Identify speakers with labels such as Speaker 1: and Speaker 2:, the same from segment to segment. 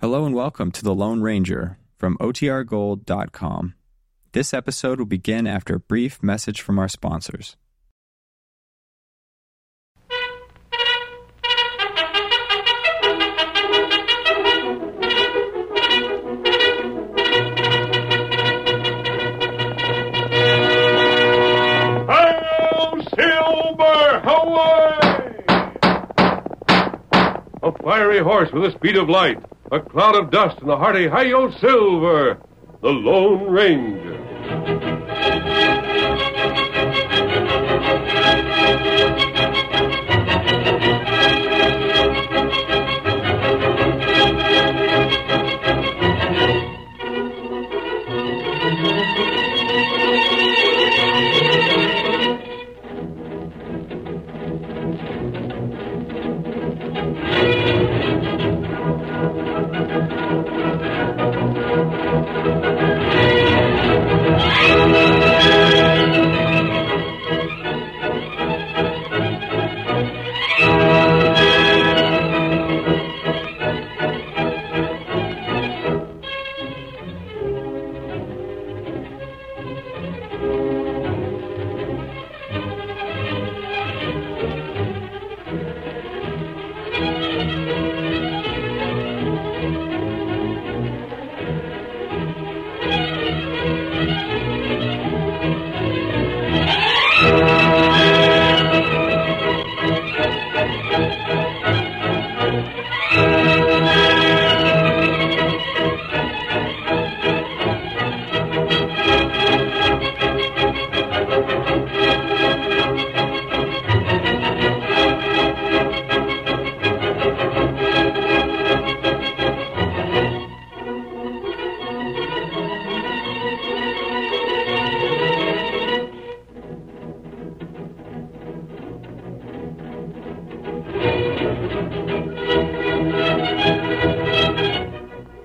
Speaker 1: Hello and welcome to The Lone Ranger from OTRGold.com. This episode will begin after a brief message from our sponsors.
Speaker 2: Hail Silver! Away! A fiery horse with the speed of light, a cloud of dust, and a hearty Hail Silver! The Lone Ranger.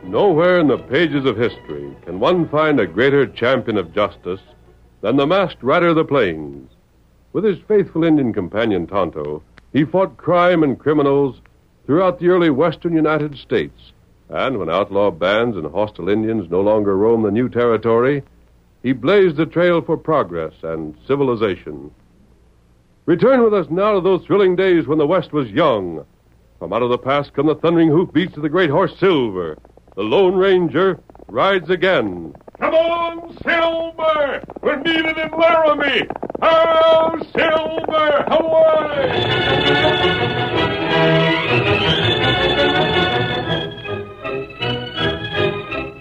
Speaker 2: Nowhere in the pages of history can one find a greater champion of justice than the masked rider of the plains. With his faithful Indian companion Tonto, he fought crime and criminals throughout the early western United States. And when outlaw bands and hostile Indians no longer roamed the new territory, he blazed the trail for progress and civilization. Return with us now to those thrilling days when the West was young. From out of the past come the thundering hoofbeats of the great horse Silver. The Lone Ranger rides again. Come on, Silver! We're needed in Laramie! Oh, Silver! Away!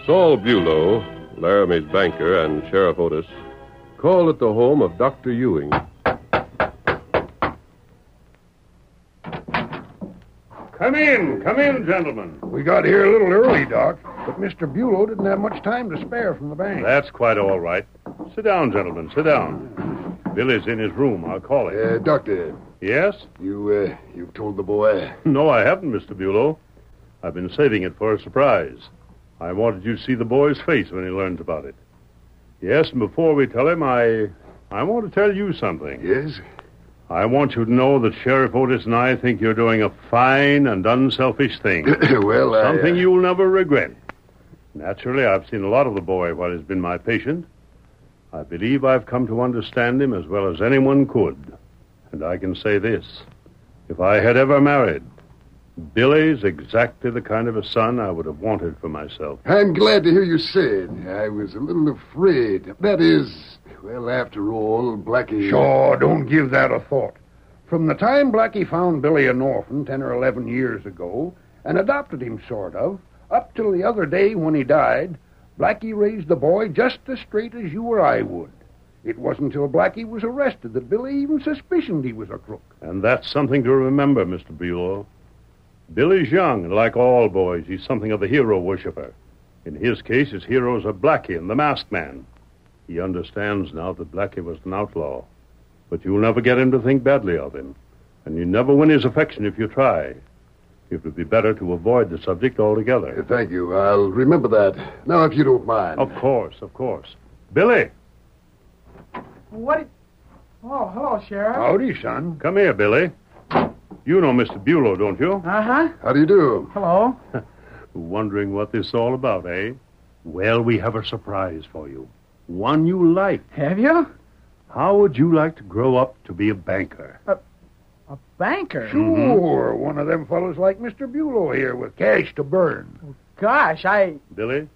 Speaker 2: Saul Bulow, Laramie's banker and Sheriff Otis, called at the home of Dr. Ewing.
Speaker 3: Come in, come in, gentlemen.
Speaker 4: We got here a little early, Doc, but Mr. Bulow didn't have much time to spare from the bank.
Speaker 3: That's quite all right. Sit down, gentlemen, sit down. Billy's in his room. I'll call him.
Speaker 4: Uh, doctor,
Speaker 3: Yes?
Speaker 4: you, uh, you've told the boy.
Speaker 3: No, I haven't, Mr. Bulow. I've been saving it for a surprise. I wanted you to see the boy's face when he learns about it. Yes, and before we tell him, I. I want to tell you something.
Speaker 4: Yes?
Speaker 3: I want you to know that Sheriff Otis and I think you're doing a fine and unselfish thing.
Speaker 4: well, I, uh,
Speaker 3: Something you'll never regret. Naturally, I've seen a lot of the boy while he's been my patient. I believe I've come to understand him as well as anyone could. And I can say this if I had ever married, Billy's exactly the kind of a son I would have wanted for myself.
Speaker 4: I'm glad to hear you said. I was a little afraid. That is, well, after all, Blackie.
Speaker 5: Sure, don't give that a thought. From the time Blackie found Billy
Speaker 4: Uh,
Speaker 5: an orphan ten or eleven years ago and adopted him, sort of, up till the other day when he died, Blackie raised the boy just as straight as you or I would. It wasn't till Blackie was arrested that Billy even suspicioned he was a crook.
Speaker 3: And that's something to remember, Mr. Bulow. Billy's young, and like all boys, he's something of a hero worshiper. In his case, his heroes are Blackie and the Masked Man. He understands now that Blackie was an outlaw. But you'll never get him to think badly of him. And you never win his affection if you try. It would be better to avoid the subject
Speaker 4: Uh,
Speaker 3: altogether.
Speaker 4: Thank you. I'll remember that. Now, if you don't mind.
Speaker 3: Of course, of course. Billy,
Speaker 6: What? Did... Oh, hello, Sheriff.
Speaker 5: Howdy, son.
Speaker 3: come here, Billy. You know Mr. Bulow, don't you?
Speaker 6: Uh huh.
Speaker 4: How do you do?
Speaker 6: Hello.
Speaker 3: Wondering what this is all about, eh? Well, we have a surprise for you. One you like.
Speaker 7: Have you?
Speaker 3: How would you like to grow up to be a banker?
Speaker 7: A banker?
Speaker 8: Sure, one of them fellas like Mr. Bulow here with cash to burn.
Speaker 7: Gosh, I.
Speaker 3: Billy,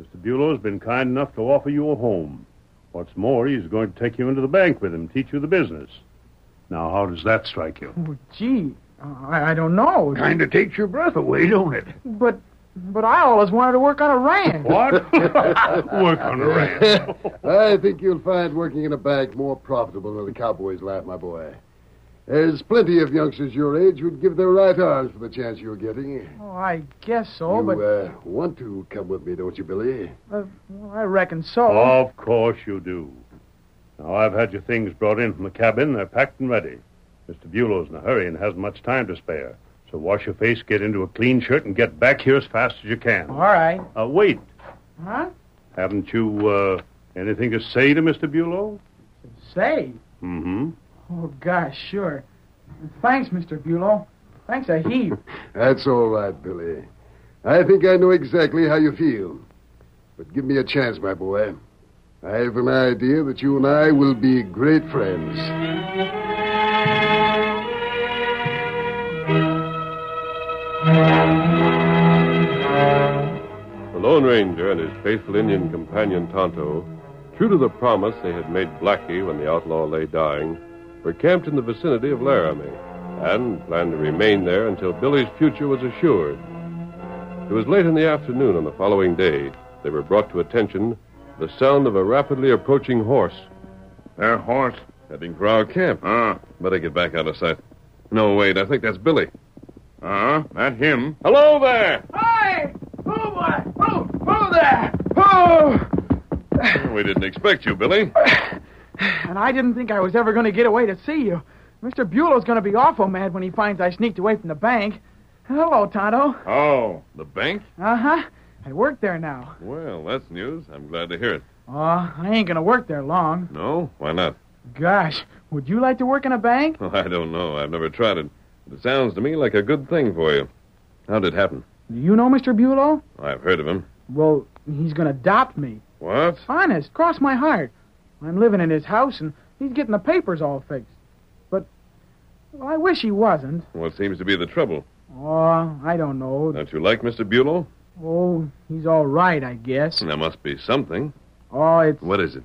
Speaker 3: Mr. Bulow's been kind enough to offer you a home. What's more, he's going to take you into the bank with him, teach you the business. Now, how does that strike you?
Speaker 7: oh, Gee, uh, I, I don't know.
Speaker 8: Kind of takes your breath away, don't it?
Speaker 7: But, but I always wanted to work on a ranch.
Speaker 3: What? Work on a ranch.
Speaker 4: I think you'll find working in a bank more profitable than the cowboy's life, my boy. There's plenty of youngsters your age who'd give their right arms for the chance you're getting.
Speaker 7: Oh, I guess so,
Speaker 4: you
Speaker 7: but
Speaker 4: uh, want to come with me, don't you, Billy?
Speaker 7: uh, well, I reckon so.
Speaker 3: Of course you do. Now, I've had your things brought in from the cabin. They're packed and ready. Mr. Bulow's in a hurry and hasn't much time to spare. So wash your face, get into a clean shirt, and get back here as fast as you
Speaker 7: All
Speaker 3: can.
Speaker 7: right.
Speaker 3: Uh, wait.
Speaker 7: Huh?
Speaker 3: Haven't you, uh, anything to say to Mr. Bulow?
Speaker 7: Say.
Speaker 3: Mm-hmm.
Speaker 7: Oh, gosh, sure. Thanks, Mr. Bulow. Thanks a heap.
Speaker 4: That's all right, Billy. I think I know exactly how you feel. But give me a chance, my boy. I've an idea that you and I will be great friends.
Speaker 9: The Lone Ranger and his faithful Indian companion Tonto, true to the promise they had made Blackie when the outlaw lay dying, were camped in the vicinity of Laramie and planned to remain there until Billy's future was assured. It was late in the afternoon on the following day they were brought to attention by the sound of a rapidly approaching horse.
Speaker 2: Their horse?
Speaker 9: Heading for our camp.
Speaker 2: Ah,
Speaker 9: Better get back out of sight. No, wait, I think that's Billy.
Speaker 2: ah, that him.
Speaker 9: Hello there!
Speaker 7: Hey! Who, uh, who, who there? Who?
Speaker 2: We didn't expect you, Billy.
Speaker 7: And I didn't think I was ever going to get away to see you. Mr. Bulow's going to be awful mad when he finds I sneaked away from the bank. Hello, Tonto.
Speaker 2: Oh, the bank?
Speaker 7: Uh huh. I work there now.
Speaker 2: Well, that's news. I'm glad to hear it.
Speaker 7: Oh, I ain't going to work there long.
Speaker 2: No? Why not?
Speaker 7: Gosh, would you like to work in a bank?
Speaker 2: Well, I don't know. I've never tried it. But it sounds to me like a good thing for you. How'd it happen?
Speaker 7: Do you know Mr. Bulow?
Speaker 2: I've heard of him.
Speaker 7: Well, he's going to adopt me.
Speaker 2: What?
Speaker 7: Honest, cross my heart. I'm living in his house, and he's getting the papers all fixed. But well, I wish he wasn't.
Speaker 2: What seems to be the trouble?
Speaker 7: Oh, I don't know.
Speaker 2: Don't you like Mr. Bulow?
Speaker 7: Oh, he's all right, I guess.
Speaker 2: There must be something.
Speaker 7: Oh, it's
Speaker 2: What is it?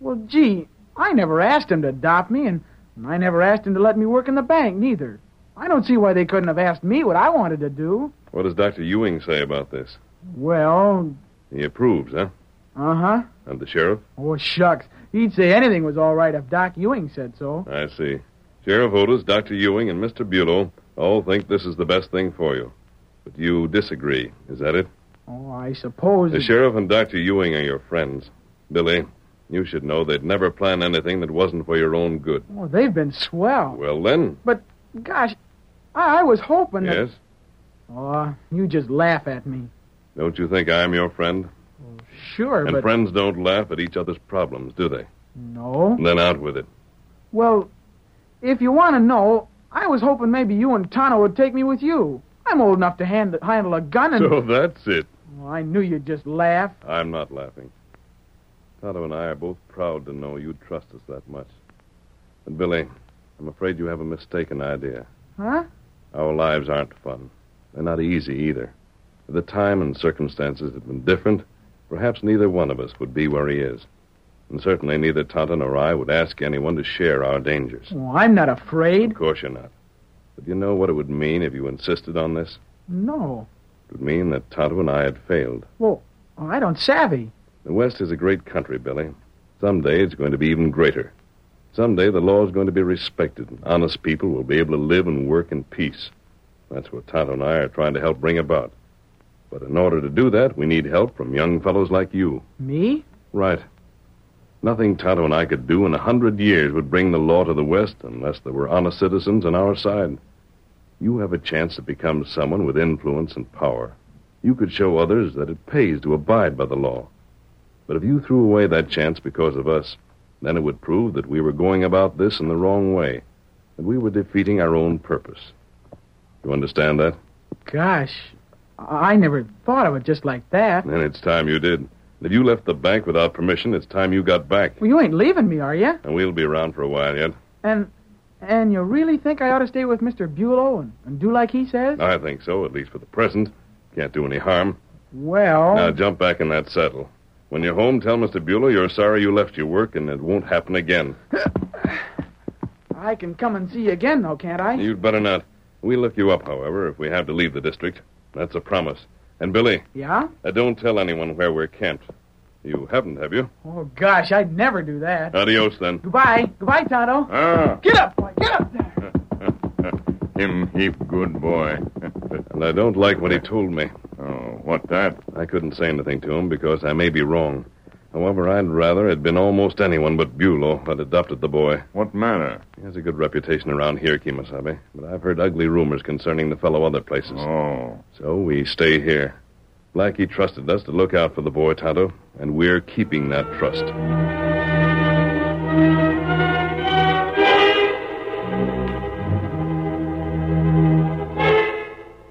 Speaker 7: Well, gee, I never asked him to adopt me, and and I never asked him to let me work in the bank, neither. I don't see why they couldn't have asked me what I wanted to do.
Speaker 2: What does Dr. Ewing say about this?
Speaker 7: Well,
Speaker 2: He approves, huh?
Speaker 7: uh huh.
Speaker 2: And the sheriff?
Speaker 7: Oh, shucks. He'd say anything was all right if Doc Ewing said so.
Speaker 2: I see. Sheriff Otis, Dr. Ewing, and Mr. Bulow all think this is the best thing for you. But you disagree. Is that it?
Speaker 7: Oh, I suppose.
Speaker 2: The
Speaker 7: it-
Speaker 2: sheriff and Dr. Ewing are your friends. Billy, you should know they'd never plan anything that wasn't for your own good.
Speaker 7: Oh, they've been swell.
Speaker 2: Well, then.
Speaker 7: Gosh, I, I was hoping that.
Speaker 2: Yes?
Speaker 7: Oh, you just laugh at me.
Speaker 2: Don't you think I'm your friend?
Speaker 7: Sure,
Speaker 2: And
Speaker 7: but
Speaker 2: friends don't laugh at each other's problems, do they?
Speaker 7: no.
Speaker 2: Then out with it.
Speaker 7: Well, if you want to know, I was hoping maybe you and Tonto would take me with you. I'm old enough to hand, handle a gun and.
Speaker 2: So that's it.
Speaker 7: Well, I knew you'd just laugh.
Speaker 2: I'm not laughing. Tonto and I are both proud to know you trust us that much. But, Billy, I'm afraid you have a mistaken idea.
Speaker 7: Huh?
Speaker 2: Our lives aren't fun. They're not easy either. If the time and circumstances had been different, perhaps neither one of us would be where he is. And certainly neither Tonto nor I would ask anyone to share our dangers.
Speaker 7: Oh, I'm not afraid.
Speaker 2: Of course you're not. But you know what it would mean if you insisted on this?
Speaker 7: No.
Speaker 2: It would mean that Tonto and I had failed.
Speaker 7: Oh, I don't savvy.
Speaker 2: The West is a great country, Billy. Someday it's going to be even greater. Someday the law is going to be respected, and honest people will be able to live and work in peace. That's what Tonto and I are trying to help bring about. But in order to do that, we need help from young fellows like you.
Speaker 7: Me?
Speaker 2: Right. Nothing Tonto and I could do in a hundred years would bring the law to the West unless there were honest citizens on our side. You have a chance to become someone with influence and power. You could show others that it pays to abide by the law. But if you threw away that chance because of us, then it would prove that we were going about this in the wrong way, that we were defeating our own purpose. You understand that?
Speaker 7: Gosh. I I never thought of it just like that.
Speaker 2: Then it's time you did. If you left the bank without permission, it's time you got back.
Speaker 7: Well, you ain't leaving me, are you?
Speaker 2: And we'll be around for a while yet.
Speaker 7: And and you really think I ought to stay with Mr. Bulow and, and do like he says?
Speaker 2: I think so, at least for the present. Can't do any harm.
Speaker 7: Well,
Speaker 2: Now jump back in that saddle. When you're home, tell Mr. Bueller you're sorry you left your work and it won't happen again.
Speaker 7: I can come and see you again, though, can't I?
Speaker 2: You'd better not. We'll look you up, however, if we have to leave the district. That's a promise. And Billy,
Speaker 7: Yeah?
Speaker 2: uh, don't tell anyone where we're camped. You haven't, have you?
Speaker 7: Oh, gosh, I'd never do that.
Speaker 2: Adios, then.
Speaker 7: Goodbye. Goodbye,
Speaker 3: Uh.
Speaker 7: Tonto.
Speaker 2: Ah,
Speaker 7: Get up, boy. Get up there.
Speaker 10: Him heap good boy.
Speaker 2: and I don't like what he told me.
Speaker 10: oh, what that?
Speaker 2: I couldn't say anything to him because I may be wrong. However, I'd rather it'd been almost anyone but Bulow that adopted the boy.
Speaker 10: What matter?
Speaker 2: He has a good reputation around here, Kimasabe, but I've heard ugly rumors concerning the fellow other places.
Speaker 10: Oh,
Speaker 2: So we stay here. Blackie trusted us to look out for the boy, Tonto, and we're keeping that trust.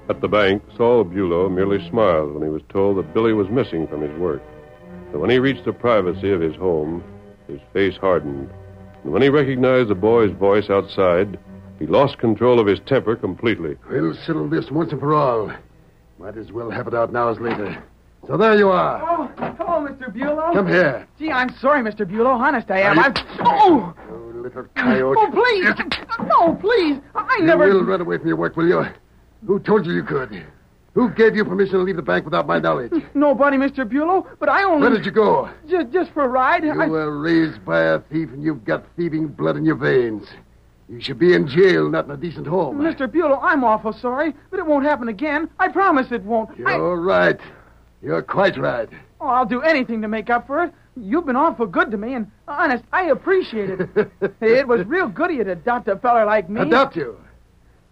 Speaker 9: At the bank, Saul Bulow merely smiled when he was told that Billy was missing from his work. But when he reached the privacy of his home, his face hardened. And when he recognized the boy's voice outside, he lost control of his temper completely.
Speaker 4: We'll settle this once and for all. Might as well have it out now as later. So there you are.
Speaker 7: Oh, hello, Mr. Bulow.
Speaker 4: Come here.
Speaker 7: Gee, I'm sorry, Mr. Bulow. Honest, I am.
Speaker 4: Are you-
Speaker 7: I'm. Oh!
Speaker 4: Oh, little
Speaker 7: Oh,
Speaker 4: coyote.
Speaker 7: please. No, please. I I
Speaker 4: You
Speaker 7: never.
Speaker 4: will run away from your work, will you? Who told you you could? Who gave you permission to leave the bank without my knowledge?
Speaker 7: Mm. Nobody, Mr. Bulow, but I only.
Speaker 4: Where did you go?
Speaker 7: Ju- just for a ride.
Speaker 4: You
Speaker 7: I-
Speaker 4: were raised by a thief, and you've got thieving blood in your veins. You should be in jail, not in a decent home.
Speaker 7: Mr. Bulow, I'm awful sorry, but it won't happen again. I promise it won't. I...
Speaker 4: You're right. You're quite right.
Speaker 7: Oh, I'll do anything to make up for it. You've been awful good to me, and honest, I appreciate it. it was real good of you to adopt a feller like me.
Speaker 4: Adopt you.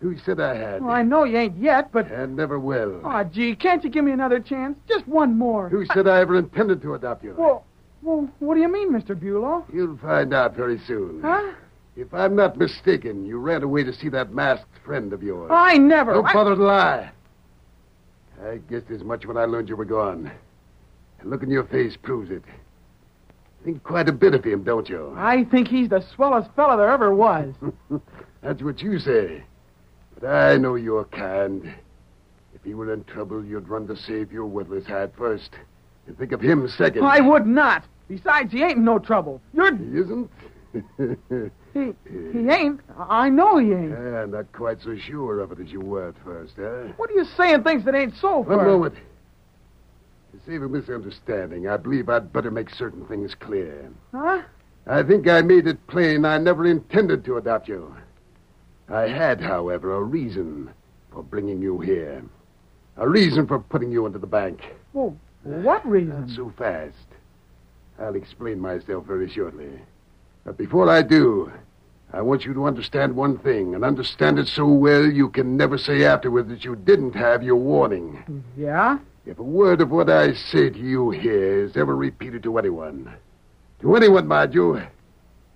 Speaker 4: Who said I had?
Speaker 7: Well, I know you ain't yet, but.
Speaker 4: And never will.
Speaker 7: Oh, gee, can't you give me another chance? Just one more.
Speaker 4: Who said I ever intended to adopt you?
Speaker 7: Well, well, what do you mean, Mr. Bulow?
Speaker 4: You'll find out very soon.
Speaker 7: Huh?
Speaker 4: If I'm not mistaken, you ran away to see that masked friend of yours.
Speaker 7: I never.
Speaker 4: Don't
Speaker 7: I-
Speaker 4: bother to lie. I guessed as much when I learned you were gone. The look in your face proves it. Think quite a bit of him, don't you?
Speaker 7: I think he's the swellest fella there ever was.
Speaker 4: That's what you say. But I know your kind. If he were in trouble, you'd run to save your worthless hide first, and think of him second.
Speaker 7: I would not. Besides, he ain't no trouble. You're
Speaker 4: He isn't?
Speaker 7: he, he ain't. I I know he ain't.
Speaker 4: yeah, Ah, not quite so sure of it as you were at first, huh?
Speaker 7: What are you saying things that ain't so for?
Speaker 4: One moment. To save a misunderstanding, I believe I'd better make certain things clear.
Speaker 7: Huh?
Speaker 4: I think I made it plain I never intended to adopt you. I had, however, a reason for bringing you here. A reason for putting you into the bank.
Speaker 7: Well, what reason?
Speaker 4: Not so fast. I'll explain myself very shortly. But before I do, I want you to understand one thing, and understand it so well you can never say afterward that you didn't have your warning.
Speaker 7: Yeah?
Speaker 4: If a word of what I say to you here is ever repeated to anyone, to anyone, mind you,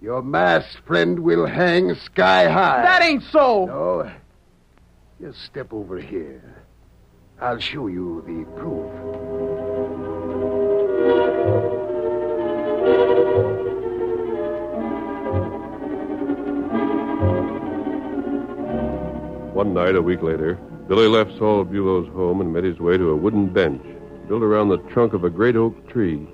Speaker 4: your masked friend will hang sky high.
Speaker 7: That ain't so.
Speaker 4: No. Just step over here. I'll show you the proof.
Speaker 9: One night, a week later, Billy left Saul Bulow's home and made his way to a wooden bench built around the trunk of a great oak tree.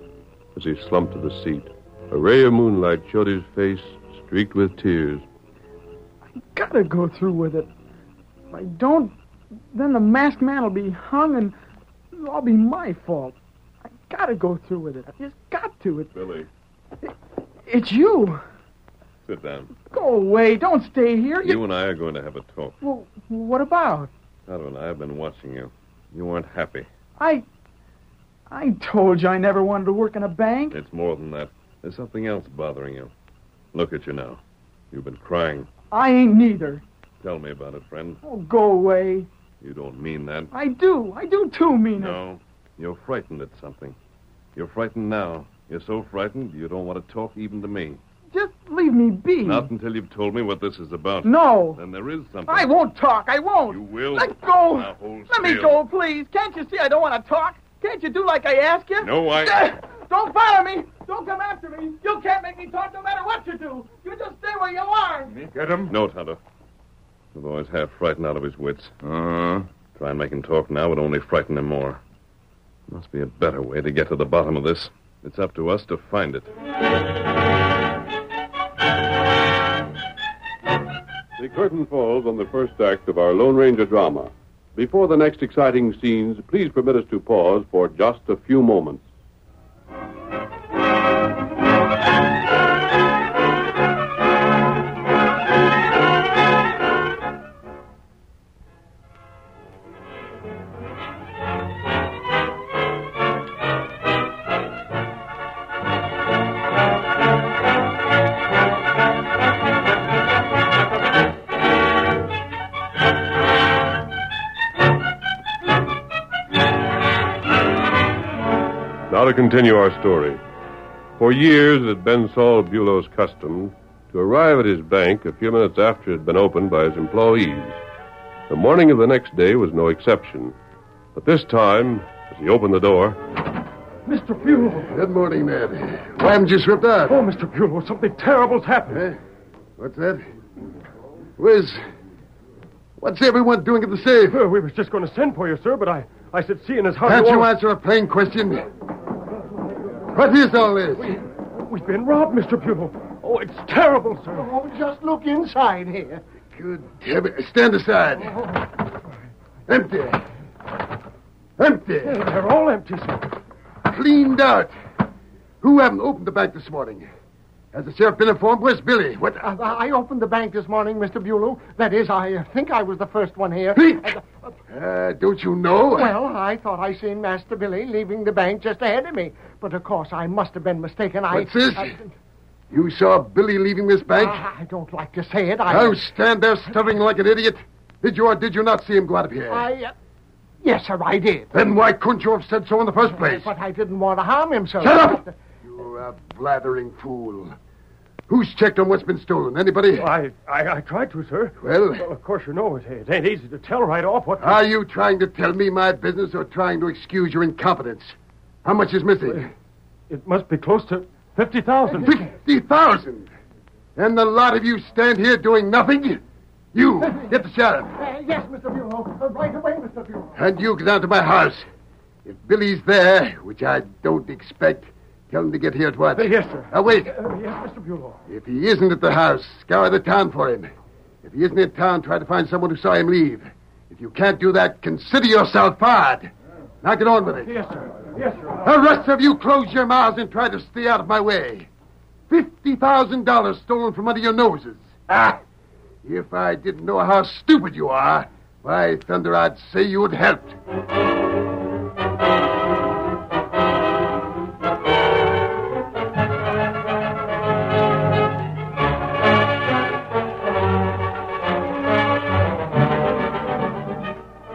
Speaker 9: As he slumped to the seat, a ray of moonlight showed his face streaked with tears.
Speaker 7: Gotta go through with it. If I don't, then the masked man'll be hung, and it'll all be my fault. I gotta go through with it. I just got to. It,
Speaker 2: Billy,
Speaker 7: it's you.
Speaker 2: sit down.
Speaker 7: Go away. Don't stay here.
Speaker 2: You and I are going to have a talk.
Speaker 7: Well, what about?
Speaker 2: Tonto and I have been watching you. You aren't happy.
Speaker 7: I. I told you I never wanted to work in a bank.
Speaker 2: It's more than that. There's something else bothering you. Look at you now. You've been crying.
Speaker 7: I ain't neither.
Speaker 2: Tell me about it, friend.
Speaker 7: Oh, go away.
Speaker 2: You don't mean that.
Speaker 7: I do. I do too mean it.
Speaker 2: No. You're frightened at something. You're frightened now. You're so frightened you don't want to talk even to me.
Speaker 7: Just leave me be.
Speaker 2: Not until you've told me what this is about.
Speaker 7: Mm. No.
Speaker 2: Then there is something.
Speaker 7: I won't talk. I won't.
Speaker 2: You will.
Speaker 7: Let go.
Speaker 2: Now hold
Speaker 7: Let me
Speaker 2: still.
Speaker 7: go, please. Can't you see I don't want to talk? Can't you do like I ask you?
Speaker 2: No, I-
Speaker 7: Eh, Don't bother me. Don't come after me. You can't make me talk no matter what you do. You just stay where you are.
Speaker 11: Get him?
Speaker 2: No, Tonto. The boy's half frightened out of his wits.
Speaker 11: Uh,
Speaker 2: Try and make him talk now would only frighten him more. Must be a better way to get to the bottom of this. It's up to us to find it.
Speaker 3: The curtain falls on the first act of our Lone Ranger drama. Before the next exciting scenes, please permit us to pause for just a few moments. Now to continue our story. For years, it had been Saul Bulow's custom to arrive at his bank a few minutes after it had been opened by his employees. The morning of the next day was no exception. But this time, as he opened the door,
Speaker 8: Mr. Bulow.
Speaker 4: Good morning, Ned. Why haven't you slipped out?
Speaker 8: Oh, Mr. Bulow, something terrible's happened.
Speaker 4: Huh? What's that? Where's. What's everyone doing at the safe?
Speaker 8: Sir, we was just going to send for you, sir, but I, I said seeing as how
Speaker 4: Can't you
Speaker 8: all-
Speaker 4: answer a plain question? What is all this?
Speaker 8: We've been robbed, Mr. Bulow. Oh, it's terrible, sir. Oh, just look inside here.
Speaker 4: Good heaven. Stand aside. Empty. Empty.
Speaker 8: They're all empty, sir.
Speaker 4: Cleaned out. Who haven't opened the bank this morning? Has the sheriff been informed? Where's Billy? What? Uh,
Speaker 8: Uh, I opened the bank this morning, Mr. Bulow. That is, I think I was the first one here.
Speaker 4: Pete! Uh, don't you know?
Speaker 8: Well, I thought I seen Master Billy leaving the bank just ahead of me. But of course, I must have been mistaken. I.
Speaker 4: What's this?
Speaker 8: I,
Speaker 4: You saw Billy leaving this bank?
Speaker 8: I- I don't like to say it. Uh, I.
Speaker 4: Oh, stand there stuttering like an idiot. Did you or did you not see him go out of here?
Speaker 8: I. Uh, yes, sir, I did.
Speaker 4: Then why couldn't you have said so in the first place?
Speaker 8: But I didn't want to harm him, sir.
Speaker 4: Shut up! You're a blathering fool. Who's checked on what's been stolen? Anybody?
Speaker 8: Oh, I, I, I tried to, sir.
Speaker 4: Well,
Speaker 8: of course, you know it, it ain't easy to tell right off what.
Speaker 4: are you trying to tell me my business or trying to excuse your incompetence? How much is missing?
Speaker 8: It must be close to fifty thousand.
Speaker 4: Fifty thousand. And the lot of you stand here doing nothing? You, get the sheriff.
Speaker 8: Uh, yes, Mr. Bureau. right away, Mr. Bureau.
Speaker 4: And you get down to my house. If Billy's there, which I don't expect, tell him to get here at once.
Speaker 8: Yes, sir.
Speaker 4: Now, wait.
Speaker 8: Uh, yes, Mr. Bureau.
Speaker 4: If he isn't at the house, scour the town for him. If he isn't in town, try to find someone who saw him leave. If you can't do that, consider yourself fired. Now get on with it.
Speaker 8: Yes, sir. Yes, sir.
Speaker 4: The rest of you close your mouths and try to stay out of my way. $50,000 stolen from under your noses. Ah! If I didn't know how stupid you are, why, thunder, I'd say you had helped.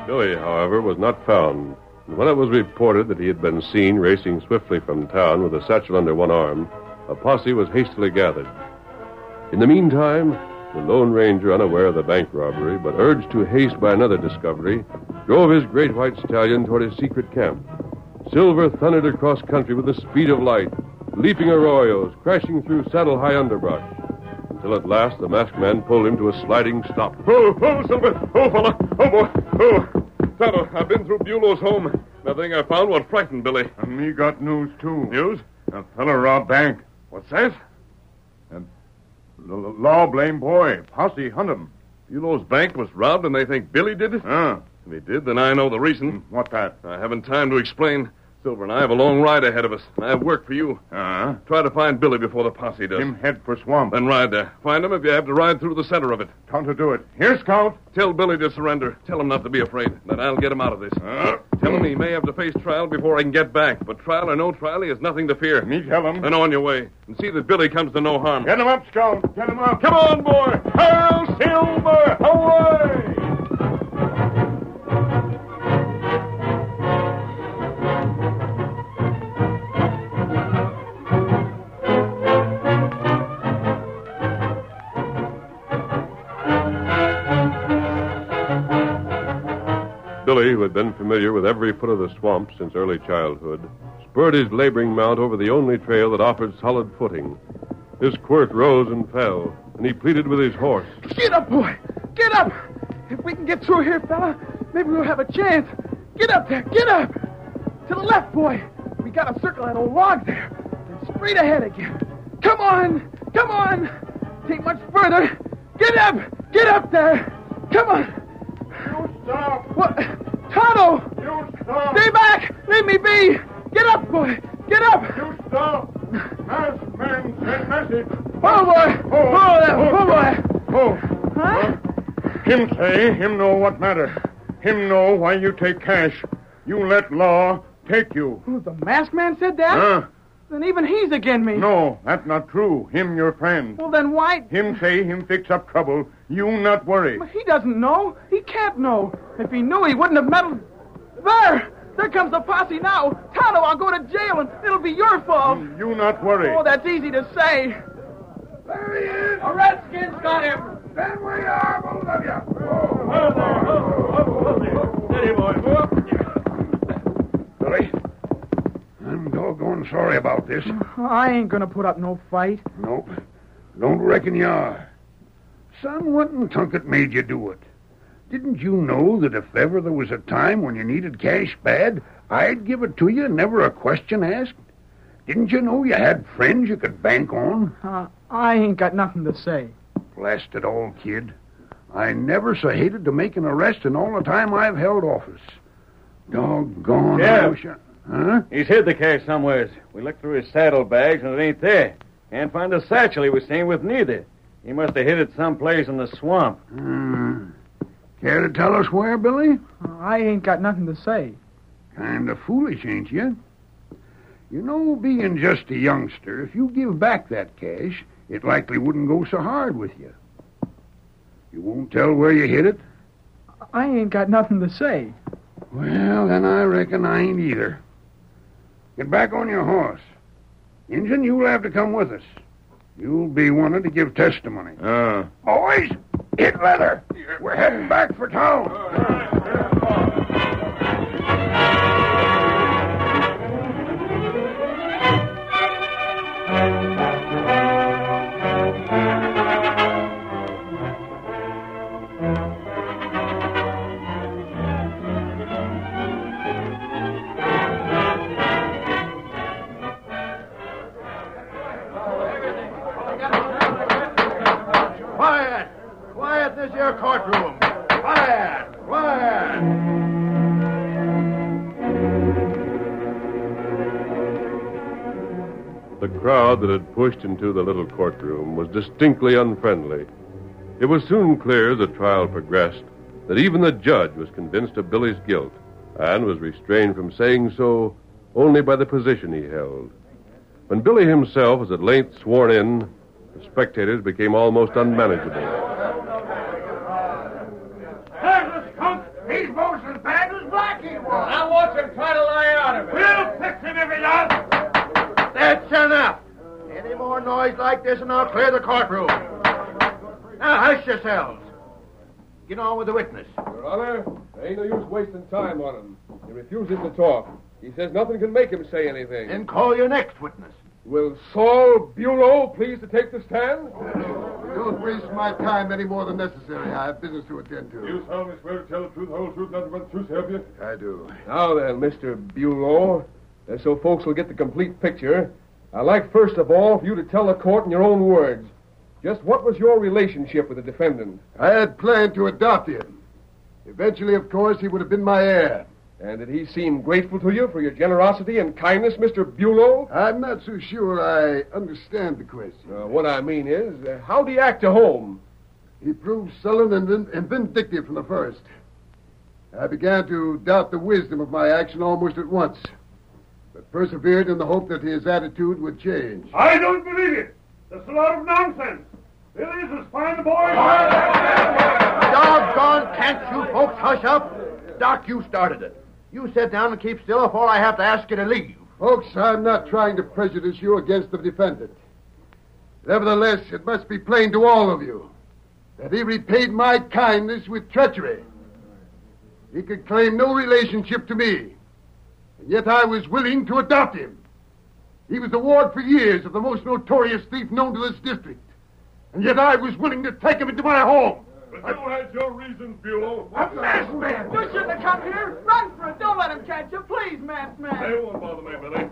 Speaker 3: Billy, however, was not found. And when it was reported that he had been seen racing swiftly from town with a satchel under one arm, a posse was hastily gathered. In the meantime, the Lone Ranger, unaware of the bank robbery, but urged to haste by another discovery, drove his great white stallion toward his secret camp. Silver thundered across country with the speed of light, leaping arroyos, crashing through saddle high underbrush, until at last the masked man pulled him to a sliding stop.
Speaker 11: Oh, oh, Silver. Oh, fella. Oh, boy. Oh.
Speaker 2: Tonto, I've been through Bulow's home. Nothing I found what frightened Billy.
Speaker 11: And me got news, too.
Speaker 2: News?
Speaker 11: A fella robbed bank. What's that? And l- l- law blame boy. Posse hunt him.
Speaker 2: Bulow's bank was robbed and they think Billy did it?
Speaker 11: Huh. Hmm,
Speaker 2: If he did, then I know the reason.
Speaker 11: What that?
Speaker 2: I haven't time to explain. Silver and I have a long ride ahead of us, and I have work for you.
Speaker 11: Huh?
Speaker 2: Try to find Billy before the posse does.
Speaker 11: Him head for swamp.
Speaker 2: Then ride there. Find him if you have to ride through the center of it.
Speaker 11: Time to do it. Here, Scout.
Speaker 2: Tell Billy to surrender. Tell him not to be afraid. Then I'll get him out of this.
Speaker 11: Huh?
Speaker 2: Tell him he may have to face trial before I can get back. But trial or no trial, he has nothing to fear.
Speaker 11: Me tell him.
Speaker 2: Then on your way. And see that Billy comes to no harm.
Speaker 11: Get him up, Scout. Get him up.
Speaker 2: Come on, boy.
Speaker 11: Hail Silver! Away!
Speaker 2: Billy, who had been familiar with every foot of the swamp since early childhood, spurred his laboring mount over the only trail that offered solid footing. His quirt rose and fell, and he pleaded with his horse.
Speaker 7: Get up, boy! Get up! If we can get through here, fella, maybe we'll have a chance. Get up there! Get up! To the left, boy! We gotta circle that old log there. Then straight ahead again. Come on! Come on! Take much further! Get up! Get up there! Come on!
Speaker 3: You stop!
Speaker 7: What? Tonto!
Speaker 3: You stop!
Speaker 7: Stay back! Leave me be! Get up, boy! Get up!
Speaker 3: You stop! Masked man send message.
Speaker 7: Oh, boy! Oh, there. oh boy!
Speaker 3: Oh,
Speaker 7: Huh?
Speaker 3: him say, him know what matter. Him know why you take cash. You let law take you.
Speaker 7: Who, The masked man said that?
Speaker 3: Huh?
Speaker 7: Then even he's again me.
Speaker 3: No, that's not true. Him your friend.
Speaker 7: Well, then why?
Speaker 3: Him say him fix up trouble. You not worry.
Speaker 7: But he doesn't know. He can't know. If he knew, he wouldn't have meddled. There! There comes the posse now. Tonto, I'll go to jail, and it'll be your fault.
Speaker 3: You not worry.
Speaker 7: Oh, that's easy to say. There he is! A redskin's got him!
Speaker 4: Then we are both of you. Billy, I'm doggone sorry about this.
Speaker 7: I ain't gonna put up no fight.
Speaker 4: Nope. Don't reckon you are. Son Winton Tunket made you do it. Didn't you know that if ever there was a time when you needed cash bad, I'd give it to you, never a question asked? Didn't you know you had friends you could bank on?
Speaker 7: Uh, I ain't got nothing to say.
Speaker 4: Blast it all, kid. I never so hated to make an arrest in all the time I've held office. Doggone, I
Speaker 12: Sheriff.
Speaker 4: wish I... Huh?
Speaker 12: He's hid the cash somewheres. We looked through his saddlebags, and it ain't there. Can't find the satchel he was seen with neither. He must have hid it someplace in the swamp.
Speaker 4: Hmm. Care to tell us where, Billy?
Speaker 7: Uh, I ain't got nothing to say.
Speaker 4: Kinda foolish, ain't you? You know, being just a youngster, if you give back that cash, it likely wouldn't go so hard with you. You won't tell where you hid it?
Speaker 7: I ain't got nothing to say.
Speaker 4: Well, then I reckon I ain't either. Get back on your horse. Injun, you'll have to come with us. You'll be wanted to give testimony.
Speaker 12: Ah.
Speaker 3: Uh,
Speaker 4: Boys, hit leather. We're heading back for town.
Speaker 3: Quiet! Quiet this here courtroom! Quiet! Quiet!
Speaker 2: The crowd that had pushed into the little courtroom was distinctly unfriendly. It was soon clear as the trial progressed that even the judge was convinced of Billy's guilt and was restrained from saying so only by the position he held. When Billy himself was at length sworn in, the spectators became almost unmanageable.
Speaker 4: There's the skunk. He's most as bad as Blackie was.
Speaker 12: I watch him try to lie out of it.
Speaker 4: We'll fix him if he does.
Speaker 12: That's enough.
Speaker 4: Any more noise like this, and I'll clear the courtroom. Now, hush yourselves. Get on with the witness.
Speaker 13: Your Honor, there ain't no use wasting time on him. He refuses to talk. He says nothing can make him say anything.
Speaker 4: Then call your next witness.
Speaker 13: Will Saul Bulow please to take the stand?
Speaker 14: Don't waste my time any more than necessary. I have business to attend to.
Speaker 3: You solemnly swear to tell the truth, the whole truth, nothing but the truth, help you?
Speaker 14: I do.
Speaker 13: Now then, Mr. Bulow, uh, so folks will get the complete picture, I'd like first of all for you to tell the court in your own words just what was your relationship with the defendant,
Speaker 14: I had planned to adopt him. Eventually, of course, he would have been my heir.
Speaker 13: and did he seem grateful to you for your generosity and kindness, Mr. Bulow?
Speaker 14: I'm not so sure I understand the question.
Speaker 13: Uh, what I mean is, uh, how'd he act to home?
Speaker 14: He proved sullen and, vin- and vindictive from the first. I began to doubt the wisdom of my action almost at once, but persevered in the hope that his attitude would change.
Speaker 15: I don't believe it. That's a lot of nonsense. Billy is as fine a boy.
Speaker 4: Doggone, can't you folks hush up? Doc, you started it. You sit down and keep still before I have to ask you to leave.
Speaker 14: Folks, I'm not trying to prejudice you against the defendant. Nevertheless, it must be plain to all of you that he repaid my kindness with treachery.
Speaker 4: He could claim no relationship to me. And yet I was willing to adopt him. He was the ward for years of the most notorious thief known to this district. And yet I was willing to take him into my home.
Speaker 3: You had your reasons, Bulow.
Speaker 4: A masked man!
Speaker 7: You shouldn't have come here. Run for it. Don't let him catch you. Please, masked man.
Speaker 3: They won't bother me, Billy.